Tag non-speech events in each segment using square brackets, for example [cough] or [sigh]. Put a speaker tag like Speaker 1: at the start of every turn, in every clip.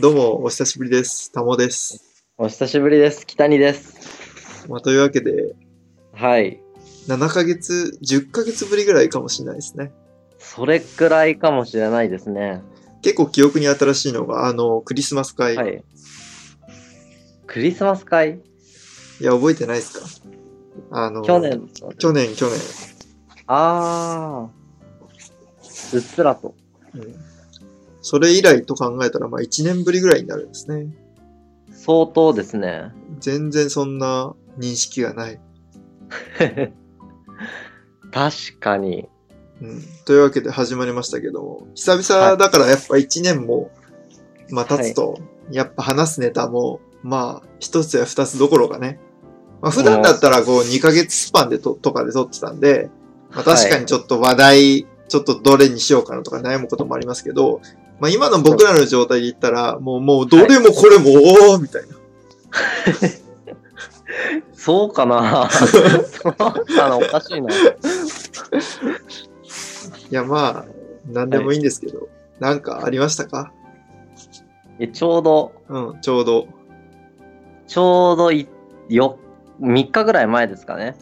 Speaker 1: どうも、お久しぶりです。たもです。
Speaker 2: お久しぶりです。北にです。
Speaker 1: まあ、というわけで、
Speaker 2: はい。
Speaker 1: 7ヶ月、10ヶ月ぶりぐらいかもしれないですね。
Speaker 2: それくらいかもしれないですね。
Speaker 1: 結構記憶に新しいのが、あの、クリスマス会。、
Speaker 2: はいい。クリスマス会
Speaker 1: や、覚えてないですかあの、
Speaker 2: 去。年。
Speaker 1: 去年、去年。
Speaker 2: あー。うっすらと。
Speaker 1: うん、それ以来と考えたら、まあ、1年ぶりぐらいになるんですね。
Speaker 2: 相当ですね。 [laughs]
Speaker 1: 全然そんな認識がない。
Speaker 2: 確かに。
Speaker 1: うん、というわけで始まりましたけども、久々だからやっぱ1年も、まあ経つと、やっぱ話すネタも、まあ一つや二つどころかね。まあ普段だったらこう2ヶ月スパンでととかで撮ってたんで、まあ確かにちょっと話題、ちょっとどれにしようかなとか悩むこともありますけど、まあ今の僕らの状態で言ったら、もうもうどれもこれも、おーみたいな。
Speaker 2: そう
Speaker 1: [laughs]
Speaker 2: かなそうかなおかしいな。
Speaker 1: いやまあ、なんでもいいんですけど、なんかありましたか
Speaker 2: えちょうど、
Speaker 1: うん、ちょうど
Speaker 2: ちょうどいよ3日ぐらい前ですか
Speaker 1: [laughs]
Speaker 2: ね。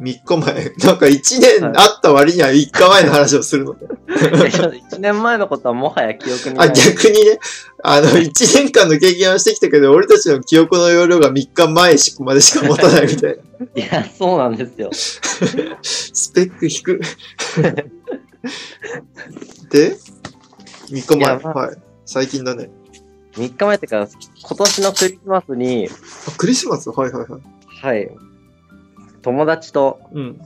Speaker 1: 3日前、なんか1年
Speaker 2: はい
Speaker 1: あった割には3日前の話をするのね。
Speaker 2: 1年前のことはもはや記憶にな
Speaker 1: あ、
Speaker 2: い。
Speaker 1: 逆にね、あの、1年間の経験はしてきたけど、俺たちの記憶の容量が3日前までしか持たないみたい [laughs] な。
Speaker 2: いや、そうなんですよ。
Speaker 1: スペック低く。で、3日
Speaker 2: い
Speaker 1: 前。
Speaker 2: やまあ
Speaker 1: はい。最近だね。
Speaker 2: 3日前ってか、今年のクリスマスに、
Speaker 1: あ、クリスマスはいはいはい。
Speaker 2: はい、友達と、
Speaker 1: うん、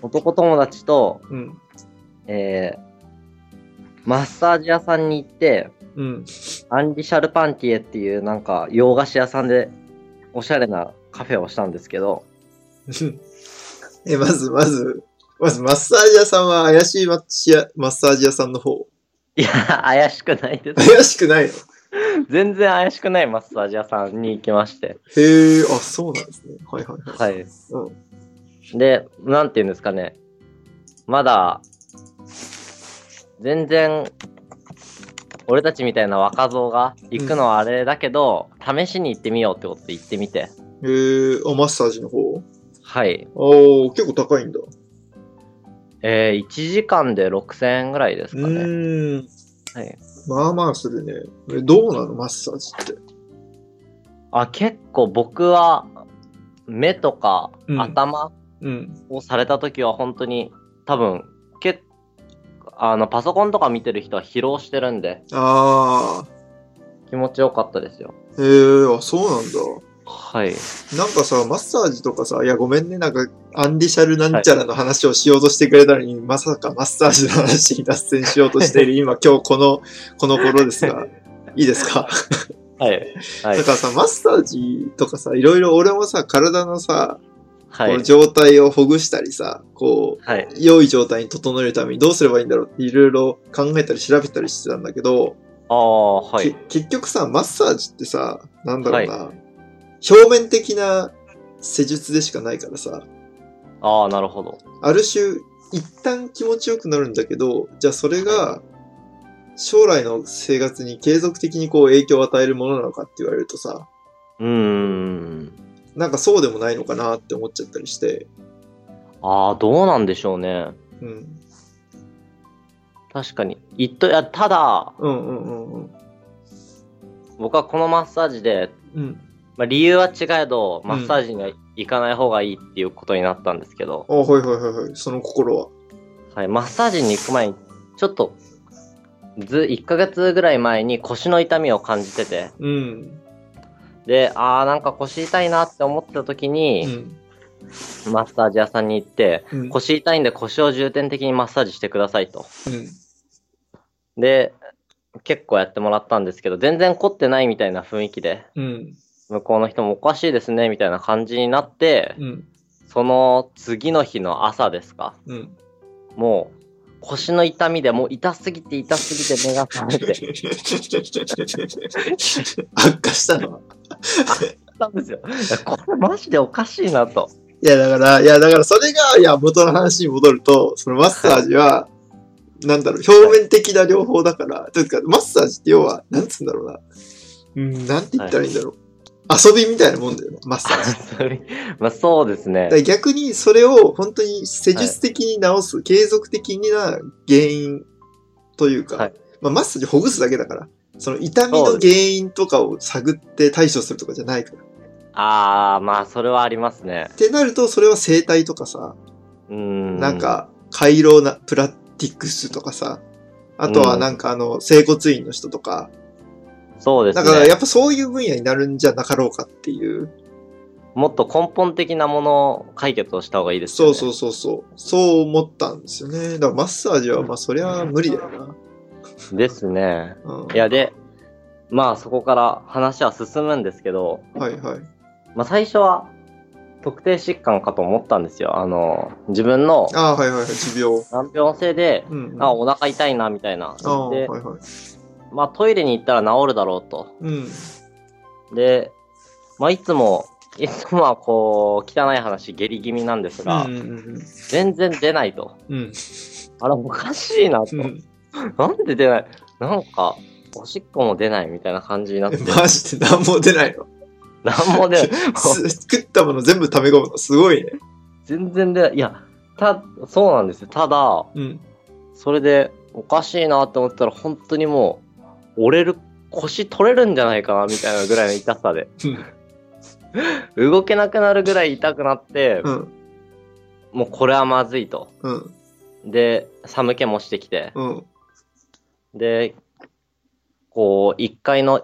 Speaker 2: 男友達と、
Speaker 1: うん、
Speaker 2: えー、マッサージ屋さんに行って、
Speaker 1: うん。
Speaker 2: アンリシャルパンティエっていうなんか洋菓子屋さんでおしゃれなカフェをしたんですけど、
Speaker 1: え、まず、まず、まず、マッサージ屋さんは怪しいマッチ屋マッサージ屋さんの方。
Speaker 2: いや、怪しくないです。
Speaker 1: 怪しくないの
Speaker 2: 全然怪しくないマッサージ屋さんに行きまして。
Speaker 1: へえ、あ、そうなんですね。はいはいはい。
Speaker 2: はい。
Speaker 1: う
Speaker 2: で、なんていうんですかね。まだ、全然、俺たちみたいな若造が行くのはあれだけど、試しに行ってみようってことで行ってみて。
Speaker 1: へえ、あ、マッサージの方
Speaker 2: はい。
Speaker 1: ああ、結構高いんだ。
Speaker 2: えー、1時間で6000円ぐらいです
Speaker 1: う
Speaker 2: かね。
Speaker 1: ーん。
Speaker 2: はい。
Speaker 1: まあまあするね。えどうなのマッサージって。
Speaker 2: あ、結構僕は、目とか
Speaker 1: うん
Speaker 2: 頭
Speaker 1: うん。
Speaker 2: をされた時は本当に、多分、結あの、パソコンとか見てる人は疲労してるんで、
Speaker 1: ああ。
Speaker 2: 気持ちよかったですよ。
Speaker 1: へえ、あ、そうなんだ。
Speaker 2: はい。
Speaker 1: なんかさ、マッサージとかさ、いや、ごめんね、なんか、アンディシャルなんちゃらの話をしようとしてくれたのに、まさかマッサージの話に脱線しようとして
Speaker 2: [laughs]
Speaker 1: いる、今、今日この、この頃ですが、いいですか
Speaker 2: はい。はい
Speaker 1: だ。からさ、マッサージとかさ、いろいろ俺もさ、体のさ、
Speaker 2: は
Speaker 1: こ
Speaker 2: い。
Speaker 1: う状態をほぐしたりさ、こう、
Speaker 2: はい。
Speaker 1: 良い状態に整えるためにどうすればいいんだろうっていろいろ考えたり調べたりしてたんだけど、
Speaker 2: ああ、はい
Speaker 1: け。結局さ、マッサージってさ、なんだろうな、
Speaker 2: は
Speaker 1: 表面的な施術でしかないからさ、
Speaker 2: ああ、なるほど。
Speaker 1: ある種、一旦気持ちよくなるんだけど、じゃあそれが、将来の生活に継続的にこう影響を与えるものなのかって言われるとさ、
Speaker 2: うーん。
Speaker 1: なんかそうでもないのかなって思っちゃったりして、
Speaker 2: ああ、どうなんでしょうね。
Speaker 1: うん。
Speaker 2: 確かに。いっと、いや、ただ、
Speaker 1: うんうんうんうん。
Speaker 2: 僕はこのマッサージで、
Speaker 1: うん。
Speaker 2: まあ、理由は違えど、
Speaker 1: ん
Speaker 2: マッサージには行かない方がいいっていうことになったんですけど、
Speaker 1: あ、はいはいはいはい。その心は。
Speaker 2: はい、マッサージに行く前に、ちょっと、ず、1ヶ月ぐらい前に腰の痛みを感じてて、
Speaker 1: うん。
Speaker 2: で、ああ、なんか腰痛いなって思ってた時
Speaker 1: う
Speaker 2: に、
Speaker 1: ん。
Speaker 2: マッサージ屋さんに行って、
Speaker 1: うん。
Speaker 2: 腰痛いんで腰を重点的にマッサージしてくださいと。
Speaker 1: うん
Speaker 2: で、結構やってもらったんですけど、全然凝ってないみたいな雰囲気で、
Speaker 1: うん。
Speaker 2: 向こうの人もおかしいですね、みたいな感じになって、
Speaker 1: うん。
Speaker 2: その次の日の朝ですか、
Speaker 1: うん。
Speaker 2: もう、腰の痛みで、もう痛すぎて痛すぎて目が覚めて、
Speaker 1: 悪化したの
Speaker 2: たんですよ。いやこれマジでおかしいなと。 [laughs]
Speaker 1: いや、だから、いや、だからそれが、いや、元の話に戻ると、そのマッサージは、なんだろう、表面的な療法だから、というか、マッサージって要は、なんつうんだろうな。うん、なんて言ったらいいんだろう。遊びみたいなもんだよね、マッサージ。
Speaker 2: それまあそうですね
Speaker 1: だか。ら逆にそれを本当に施術的に治す、継続的な原因というか、
Speaker 2: はい
Speaker 1: まあ、マッサージほぐすだけだから、その痛みの
Speaker 2: そう
Speaker 1: 原因とかを探って対処するとかじゃないから。っ
Speaker 2: ああ、まあそれはありますね。
Speaker 1: てなると、それは整体とかさ、
Speaker 2: うん。
Speaker 1: なん、か、回廊な、プラティックスとかさ、あとはなんかあの、整骨院の人とか、
Speaker 2: そうです
Speaker 1: だ
Speaker 2: ね。
Speaker 1: からやっぱそういう分野になるんじゃなかろうかっていう。
Speaker 2: もっと根本的なもの解決をした方がいいですよ
Speaker 1: そう
Speaker 2: ね。
Speaker 1: そううそうそう。そう思ったんですよね。だからマッサージはまあそりゃ無理だよな。
Speaker 2: そう。ですね。
Speaker 1: うん、
Speaker 2: いや、で、まあそこから話は進むんですけど、
Speaker 1: はいはい。
Speaker 2: まあ最初は特定疾患かと思ったんですよ。あの、自分の
Speaker 1: ああ、はいはいはい、持病。
Speaker 2: 難病性で、
Speaker 1: うんうん。
Speaker 2: あ、お腹痛いな、みたいな。
Speaker 1: ああ、はい
Speaker 2: で、
Speaker 1: はい。
Speaker 2: まあトイレに行ったら治るだろうと。
Speaker 1: うん。
Speaker 2: で、まあいつも、いつもはこう、汚い話、下痢気味なんですが、
Speaker 1: うんうん
Speaker 2: 全然出ないと。
Speaker 1: うん。
Speaker 2: あれおかしいなと。
Speaker 1: うんうん。
Speaker 2: なんで出ないなんか、おしっこも出ないみたいな感じに
Speaker 1: [laughs]
Speaker 2: なって
Speaker 1: え、マジで何も出ない
Speaker 2: [laughs]
Speaker 1: の。
Speaker 2: なんも
Speaker 1: [laughs]
Speaker 2: 出ない。
Speaker 1: す食ったもの全部溜め込むの。すごいね。
Speaker 2: 全然出ない。いや、た、そうなんですよ。ただ、
Speaker 1: うん。
Speaker 2: それで、おかしいなって思ってたら、本当にもう、折れる、腰取れるんじゃないかな、みたいなぐらいの痛
Speaker 1: [laughs]
Speaker 2: さで。動けなくなるぐらい痛くなって
Speaker 1: う、ん。
Speaker 2: もうこれはまずいと。
Speaker 1: うん。
Speaker 2: で、寒気もしてきて。
Speaker 1: うん。
Speaker 2: で、こう、一階の、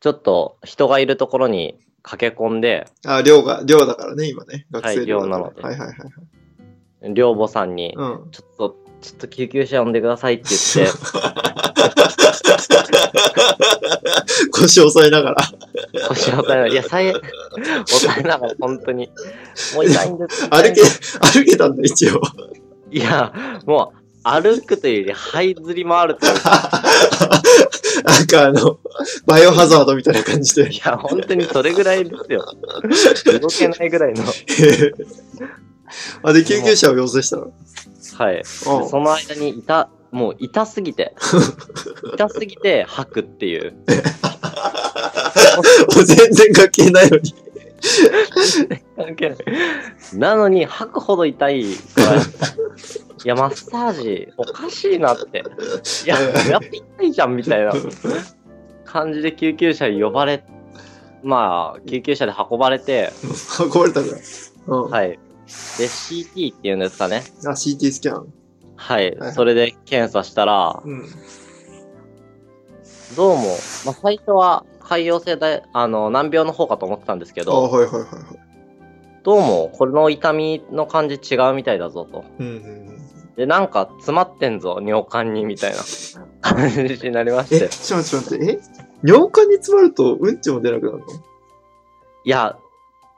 Speaker 2: ちょっと人がいるところに駆け込んで、
Speaker 1: あ、寮が、寮だからね、今ね。学生寮だから
Speaker 2: はい寮なので
Speaker 1: はいはいはい。
Speaker 2: 寮母さんに、
Speaker 1: うん。
Speaker 2: ちょっと、ちょっと救急車呼んでくださいって言
Speaker 1: [laughs]
Speaker 2: って、
Speaker 1: 腰押さえながら。
Speaker 2: 腰を押さえながら、いや、さえ、押さえながら、本当に。もう痛いんです。
Speaker 1: 歩け、 [laughs] 歩けたんだ、一応。
Speaker 2: いや、もう、歩くというより、這いずり回るというか、
Speaker 1: なんかあの、バイオハザードみたいな感じで [laughs]
Speaker 2: い。や、本当にそれぐらいですよ。動けないぐらいの。
Speaker 1: あ、で、救急車を要請したの。
Speaker 2: はい。でその間に痛、もう痛すぎて、痛すぎて吐くっていう。
Speaker 1: [laughs] もう全然関係ないのに。
Speaker 2: 関係ない。なのに吐くほど痛いから、いや、マッサージおかしいなって。いや、やって痛いじゃんみたいな感じで救急車呼ばれ、まあ、救急車で運ばれて、
Speaker 1: 壊れたんだ。うん。
Speaker 2: はい。で、CT っていうんですかね。
Speaker 1: あ、CT スキャン。
Speaker 2: はい
Speaker 1: はい。
Speaker 2: それで検査したら、
Speaker 1: うん。
Speaker 2: どうも、まあ、最初は潰瘍性大、あの、難病の方かと思ってたんですけ
Speaker 1: あ、
Speaker 2: ど、
Speaker 1: はいはいはいはい。
Speaker 2: どうも、これの痛みの感じ違うみたいだぞと。
Speaker 1: うんうんうん。
Speaker 2: で、なんか詰まってんぞ、尿管に、みた
Speaker 1: [laughs]
Speaker 2: いな感じになりまし
Speaker 1: え、
Speaker 2: て。
Speaker 1: ちょっと待って待って、え尿管に詰まるとうんちも出なくなるの
Speaker 2: いや、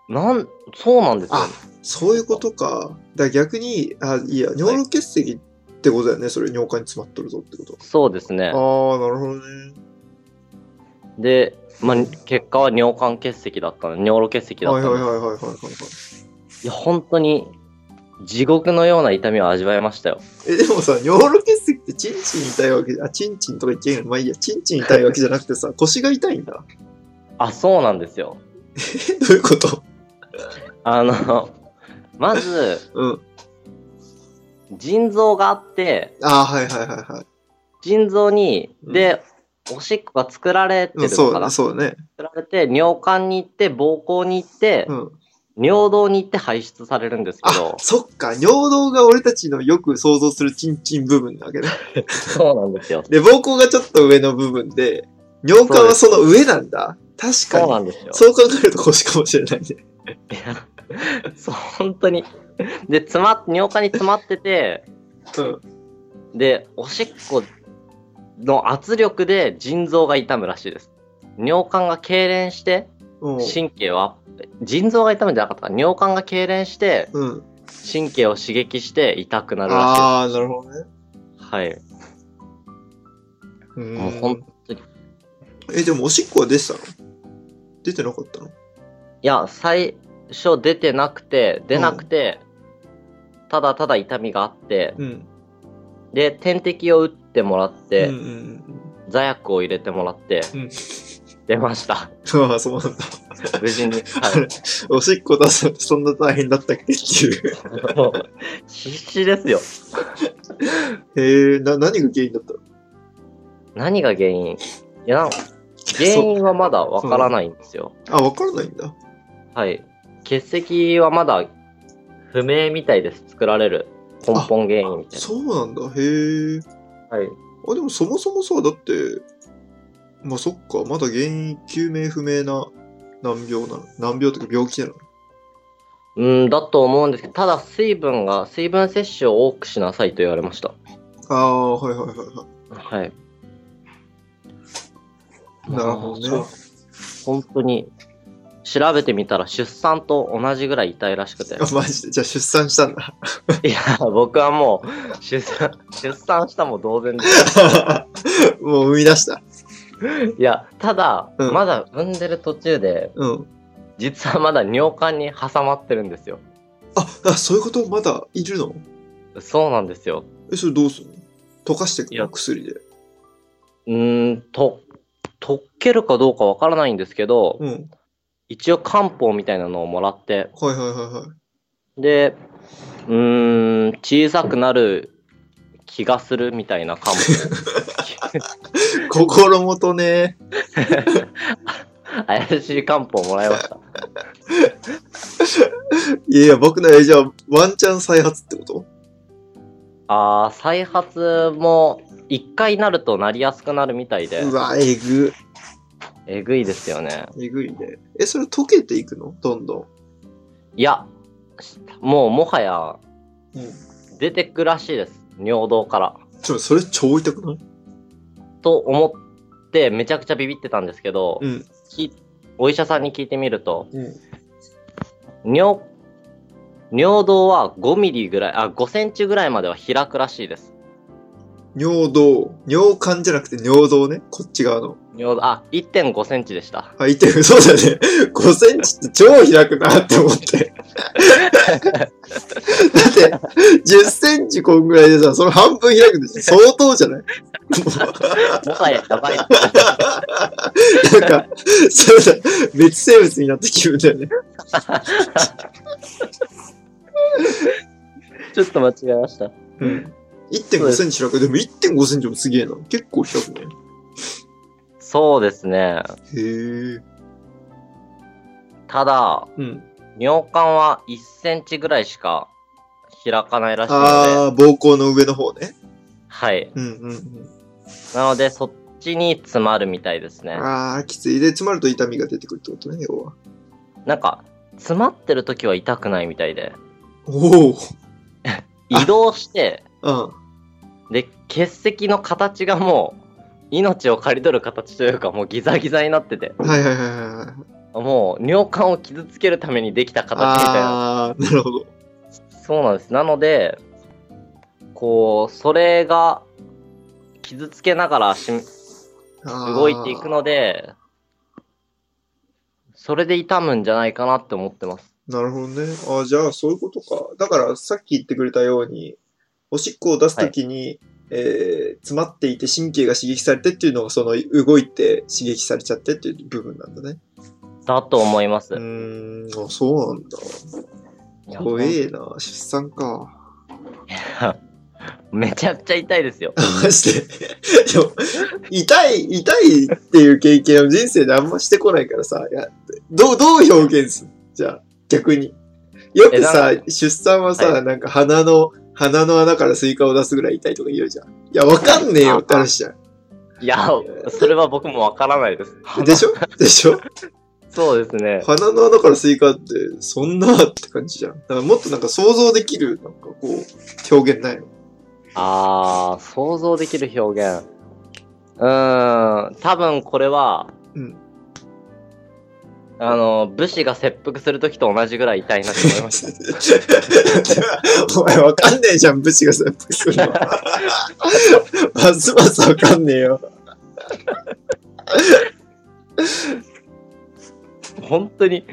Speaker 2: なん、そうなんですよ。
Speaker 1: あそういうことか。だから逆に、あ、いや、尿路結石ってことだよね。それ尿管に詰まっとるぞってこと。
Speaker 2: そうですね。
Speaker 1: ああ、なるほどね。
Speaker 2: で、まあ、結果は尿管結石だったの、尿路結石だっ
Speaker 1: はい
Speaker 2: た
Speaker 1: はいはい
Speaker 2: の。
Speaker 1: はいはいはい。はい
Speaker 2: いや、本当に、地獄のような痛みを味わいましたよ。
Speaker 1: え、でもさ、尿路結石ってチンチン痛いわけじゃ、あ、チンチンとか言っちゃいけない。まあいいや、チンチン痛いわけじゃなくてさ、腰が痛いんだ。
Speaker 2: あ、そうなんですよ。
Speaker 1: え、どういうこと
Speaker 2: あの、 [laughs] まず、
Speaker 1: うん。
Speaker 2: 腎臓があって、
Speaker 1: ああ、はいはいはいはい。
Speaker 2: 腎臓に、で、おしっこが作られて
Speaker 1: うん、
Speaker 2: る
Speaker 1: そ
Speaker 2: か
Speaker 1: う
Speaker 2: ら、
Speaker 1: ね、そうね。
Speaker 2: 作られて、尿管に行って、膀胱に行って、
Speaker 1: うん。
Speaker 2: 尿道に行って排出されるんですけ
Speaker 1: あ
Speaker 2: ど、、
Speaker 1: そっか、尿道が俺たちのよく想像するチンチン部分なわけね。
Speaker 2: そうなんですよ。
Speaker 1: で、膀胱がちょっと上の部分で、尿管はその上なんだ。確
Speaker 2: そう
Speaker 1: か
Speaker 2: な
Speaker 1: に。
Speaker 2: んですよ。
Speaker 1: そう考えると腰かもしれないね。
Speaker 2: そう、本当に。で、詰まっ、尿管に詰まってて、
Speaker 1: うん。
Speaker 2: で、おしっこの圧力で腎臓が痛むらしいです。尿管が痙攣して、
Speaker 1: うん。
Speaker 2: 神経は、腎臓が痛むんじゃなかったかな尿管が痙攣して、
Speaker 1: うん、
Speaker 2: 神経を刺激して痛くなるら
Speaker 1: ああ、なるほどね。
Speaker 2: しいです。はい。
Speaker 1: う
Speaker 2: もう本
Speaker 1: ん。
Speaker 2: 当に。い
Speaker 1: え、でもおしっこは出てたの出てなかったの
Speaker 2: や、最初出てなくて、出なくて、ただただ痛みがあって、
Speaker 1: うん。
Speaker 2: で、点滴を打ってもらって、
Speaker 1: うんうんうん
Speaker 2: 座薬を入れてもらって、
Speaker 1: うん
Speaker 2: 出
Speaker 1: [laughs]
Speaker 2: ました。
Speaker 1: うん。ああ、そうなんだ。
Speaker 2: 無事に。は
Speaker 1: おしっこ出すのそんな大変だったっけっていう。
Speaker 2: い、もう、必死ですよ。
Speaker 1: へえ、な、何が原因だったの
Speaker 2: 何が原因いや、なん原
Speaker 1: そう
Speaker 2: 因はまだわからないんですよ。
Speaker 1: あ、わからないんだ。
Speaker 2: はい。欠席はまだ不明みたいです。作られる根本原因みたい
Speaker 1: そうなんだ。へえ。
Speaker 2: な。はい。
Speaker 1: あ、でもそもそもさ、だって、まあそっか、まだ原因究明不明な難病なの。難病とか病気なの。
Speaker 2: うんだと思うんですけど、ただ水分が、水分摂取を多くしなさいと言われました。
Speaker 1: ああ、はいはいはいは
Speaker 2: はい。
Speaker 1: い。なるほど
Speaker 2: まあ
Speaker 1: ね。。
Speaker 2: 本当に、調べてみたら出産と同じぐらい痛いらし
Speaker 1: [laughs]
Speaker 2: くて。
Speaker 1: あ、マジで。じゃあ出産したんだ。 [laughs]
Speaker 2: いや、僕はもう、出産、出産したも同然です。
Speaker 1: もう生み出した。
Speaker 2: いや、ただ、
Speaker 1: うん
Speaker 2: まだ産んでる途中で、
Speaker 1: うん。
Speaker 2: 実はまだ尿管に挟まってるんですよ。
Speaker 1: あ、あそういうことまだいるの
Speaker 2: そうなんですよ。
Speaker 1: え、それどうすんの溶かしてく
Speaker 2: い
Speaker 1: の
Speaker 2: や
Speaker 1: 薬で。
Speaker 2: うーんと、溶けるかどうかわからないんですけど、
Speaker 1: うん。
Speaker 2: 一応漢方みたいなのをもらって、
Speaker 1: はいはいはいはい。
Speaker 2: で、うーん、小さくなる気がするみたいな漢
Speaker 1: [laughs]
Speaker 2: 方。
Speaker 1: 心もとね。
Speaker 2: 怪しい漢方をもらいました。
Speaker 1: いやいや、僕の、えじゃあ、ワンチャン再発ってこと
Speaker 2: あー、再発も、一回なるとなりやすくなるみたいで
Speaker 1: う、わ、えぐ。
Speaker 2: えぐいですよね。
Speaker 1: えぐいね。え、それ溶けていくのどんど
Speaker 2: いや、もうもはや、
Speaker 1: ん。うん。
Speaker 2: 出てくらしいです。尿道から。
Speaker 1: ちょ、それ超痛くない
Speaker 2: と思って、めちゃくちゃビビってたんですけど、
Speaker 1: うん。
Speaker 2: きお医者さんに聞いてみると、
Speaker 1: うん。
Speaker 2: 尿、尿道は5ミリぐらい、あ、5センチぐらいまでは開くらしいです。
Speaker 1: 尿道。尿管じゃなくて尿道ね。こっち側の。
Speaker 2: 尿道、あ、1.5センチでした。
Speaker 1: あ、痛い。そうだね。5センチって超開くなって思って。だって、10センチこんぐらいでさ、その半分開くんでしょ相当じゃない
Speaker 2: もはややばい。 [laughs]
Speaker 1: なんか、そうだ、別生物になった気分だよね。
Speaker 2: ちょっと間違えました。
Speaker 1: うん。1.5センチ開く。でも1.5センチもすげえな。結構開くね。
Speaker 2: そうですね。
Speaker 1: へえ。
Speaker 2: ただ、
Speaker 1: うん。
Speaker 2: 尿管は1センチぐらいしか開かないらしいので、
Speaker 1: あー、膀胱の上の方ね。
Speaker 2: はい。
Speaker 1: うんうんうん。
Speaker 2: なので、そっちに詰まるみたいですね。
Speaker 1: あー、きつい。で、詰まると痛みが出てくるってことね、要は。
Speaker 2: なんか、詰まってる時は痛くないみたいで、
Speaker 1: おお。あ
Speaker 2: 移動して、
Speaker 1: うん。
Speaker 2: で、結石の形がもう、命を刈り取る形というか、もうギザギザになってて、
Speaker 1: はいはいはいはいはい。
Speaker 2: もう尿管を傷つけるためにできた形みたいな。
Speaker 1: あー、なるほど。
Speaker 2: そうなんです。なので、こう、それが、傷つけながらし
Speaker 1: あー
Speaker 2: 動いていくので、それで痛むんじゃないかなって思ってます。
Speaker 1: なるほどね。あじゃあ、そういうことか。だから、さっき言ってくれたように、おしっこを出すときに、えー詰まっていて神経が刺激されてっていうのが、その、動いて刺激されちゃってっていう部分なんだね。
Speaker 2: だと思います。
Speaker 1: うーん、あそうなんだ。
Speaker 2: いや
Speaker 1: 怖えな。出産か。
Speaker 2: [laughs] めちゃくちゃ痛いですよ。
Speaker 1: まして。でも痛い、痛いっていう経験を人生であんましてこないからさ、いやどう、どう表現するじゃあ、逆に。よくさ
Speaker 2: えな、
Speaker 1: 出産はさ、
Speaker 2: は
Speaker 1: なんか鼻の、鼻の穴からスイカを出すぐらい痛いとか言うじゃん。いや、わかんねえよって話じゃん。
Speaker 2: いや、それは僕もわからな
Speaker 1: [laughs]
Speaker 2: いです。
Speaker 1: でしょでしょ
Speaker 2: そうですね。
Speaker 1: 鼻の穴からスイカって、そんなって感じじゃん。だからもっとなんか想像できる、なんかこう、表現ないの
Speaker 2: あー、想像できる表現。うーん、多分これは、
Speaker 1: うん
Speaker 2: あの、武士が切腹するときと同じぐらい痛いなと思いまし
Speaker 1: お前わかんねえじゃん、武士が切腹する
Speaker 2: [laughs]
Speaker 1: の。ますますわかんねえよ。
Speaker 2: た。本当に、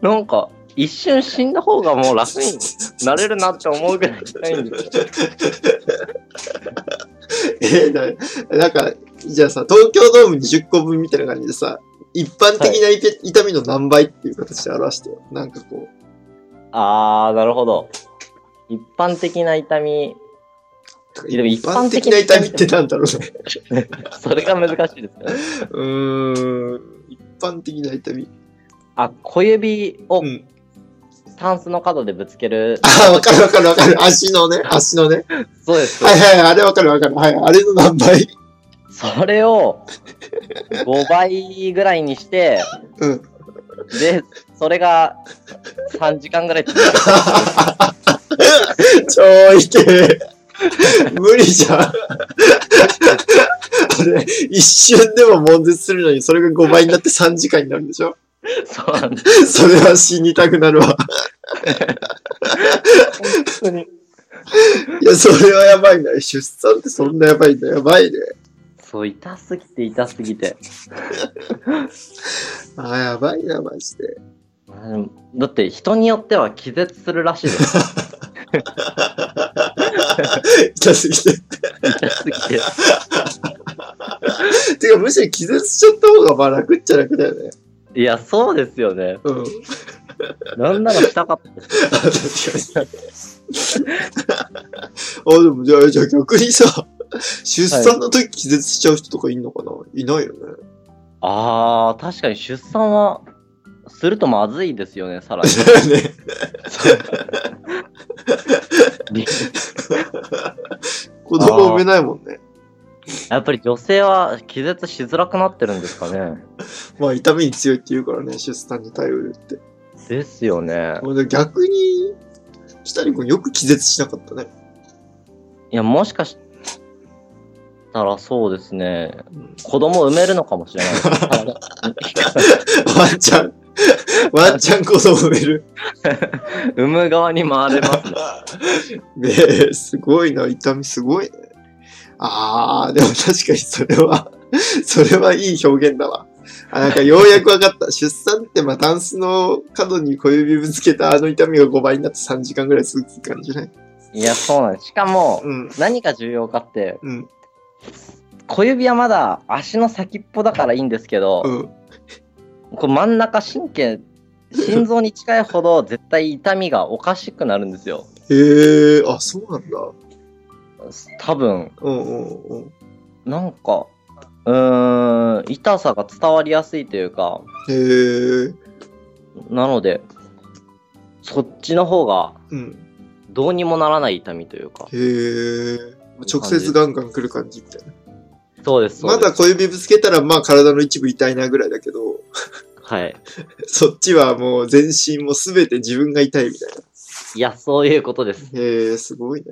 Speaker 2: なんか、一瞬死んだ方がもう楽になれるなって思うぐらい痛いんですよ。
Speaker 1: えー、ななんか、じゃあさ、東京ドーム20個分みたいな感じでさ、一般的な痛痛みの何倍っていう形で表してよ。なんかこう。
Speaker 2: あー、なるほど。一般的な痛み、でも
Speaker 1: 一
Speaker 2: 一
Speaker 1: 般
Speaker 2: 般
Speaker 1: 的
Speaker 2: 的
Speaker 1: な
Speaker 2: な
Speaker 1: 痛
Speaker 2: 痛
Speaker 1: み
Speaker 2: み
Speaker 1: っ
Speaker 2: ってて
Speaker 1: なんだろう [laughs] ね。
Speaker 2: それが難しいですよね。
Speaker 1: うーん。一般的な痛み。
Speaker 2: あ、小指を
Speaker 1: うん。 [laughs]
Speaker 2: タンスの角でぶつける。
Speaker 1: ああ、わかるわかるわかる。足のね、足のね。
Speaker 2: そうです。
Speaker 1: はいはい、あれわかるわかる。はい、あれの何倍
Speaker 2: それを5倍ぐらいにして、
Speaker 1: うん。
Speaker 2: で、それが3時間ぐらい続く。
Speaker 1: 超痛え。 [laughs] 無理じゃん。 [laughs] あれ、一瞬でも悶絶するのに、それが5倍になって3時間になるんでしょ
Speaker 2: そうなんです。
Speaker 1: [laughs] それは死にたくなるわ。
Speaker 2: 本当に。
Speaker 1: いや、それはやばいな。出産ってそんなやばいんだ。やばいね。
Speaker 2: そう、痛すぎて痛すぎて。
Speaker 1: ああ、やばいな、マジで。
Speaker 2: うんだって人によっては気絶するらしいです。 [laughs]
Speaker 1: 痛すぎて。
Speaker 2: 痛すぎて。
Speaker 1: てか、むしろ気絶しちゃった方が、まあ楽っちゃ楽だよね。
Speaker 2: いや、そうですよね。
Speaker 1: うん。
Speaker 2: なんならしたかったです。
Speaker 1: あ [laughs] 確かに。あ、でも、じゃあ、じゃあ逆にさ、出産の時気絶しちゃう人とかいんのかな、い、ないよね。
Speaker 2: [laughs] あー、確かに出産は、するとまずいですよね、さらに。
Speaker 1: だよね。
Speaker 2: [laughs]
Speaker 1: 子供産めないもんね。
Speaker 2: やっぱり女性は気絶しづらくなってるんですかね。
Speaker 1: まあ、痛みに強いって言うからね、出産に対応るって。
Speaker 2: ですよね。
Speaker 1: まあでも逆に、北に君よく気絶しなかったね。 [laughs]
Speaker 2: いや、もしかしたらそうですね。
Speaker 1: うん
Speaker 2: 子供産めるのかもしれない。
Speaker 1: ワンチャン、ワンチャン子供産める。
Speaker 2: [laughs] 産む側に回れますね。
Speaker 1: ねえ、すごいな、痛みすごいね。あー、でも確かにそれは、それはいい表現だわ。あ、なんかようやくわかった。出産って、まあ、ダンスの角に小指ぶつけたあの痛みが5倍になって3時間ぐらい続く感じね。
Speaker 2: [laughs] いや、そうなんです。しかも、
Speaker 1: うん、
Speaker 2: 何が重要かって、
Speaker 1: うん、
Speaker 2: 小指はまだ足の先っぽだからいいんですけど、
Speaker 1: うん。
Speaker 2: こう真ん中神経、心臓に近いほど [laughs] 絶対痛みがおかしくなるんですよ。
Speaker 1: へえ、あ、そうなんだ。
Speaker 2: 多分、
Speaker 1: うんうんうん。
Speaker 2: なんか、うーん、痛さが伝わりやすいというか、
Speaker 1: へえ、
Speaker 2: なので、そっちの方が
Speaker 1: うん。
Speaker 2: どうにもならない痛みというか。
Speaker 1: へえ。直接ガンガン来る感じみたいな。
Speaker 2: そうです、そ
Speaker 1: ま
Speaker 2: うです。
Speaker 1: だ小指ぶつけたら、まあ体の一部痛いなぐらいだけど、 [laughs]
Speaker 2: はい。
Speaker 1: そっちはもう全身もすべて自分が痛いみたいな。
Speaker 2: いや、そういうことです。
Speaker 1: へえ、すごいね。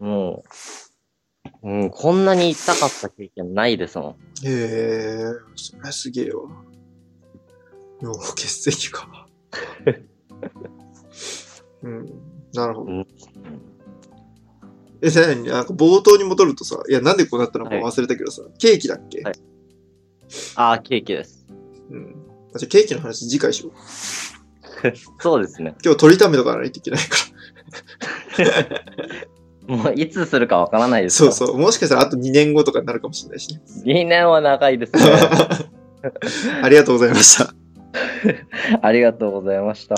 Speaker 2: もう、うん、こんなに痛かった経験ないですもん。
Speaker 1: へえ、そりゃすげえわ。脳血石か。
Speaker 2: [laughs]
Speaker 1: うん、なるほど。
Speaker 2: うん
Speaker 1: え、さらに、なんか冒頭に戻るとさ、いや、なんでこうなったのか
Speaker 2: はい
Speaker 1: 忘れたけどさ、ケーキだっけ、
Speaker 2: はいああ、ケーキです。
Speaker 1: うん。あじゃあケーキの話次回しよう。
Speaker 2: そうですね。
Speaker 1: 今日取りためとかないといけないから。
Speaker 2: もう、いつするかわからないです
Speaker 1: そ
Speaker 2: よ
Speaker 1: うそう。もしかしたらあと2年後とかになるかもしれないしね。
Speaker 2: 2年は長いですね。
Speaker 1: [laughs] ありがとうございました。
Speaker 2: ありがとうございました。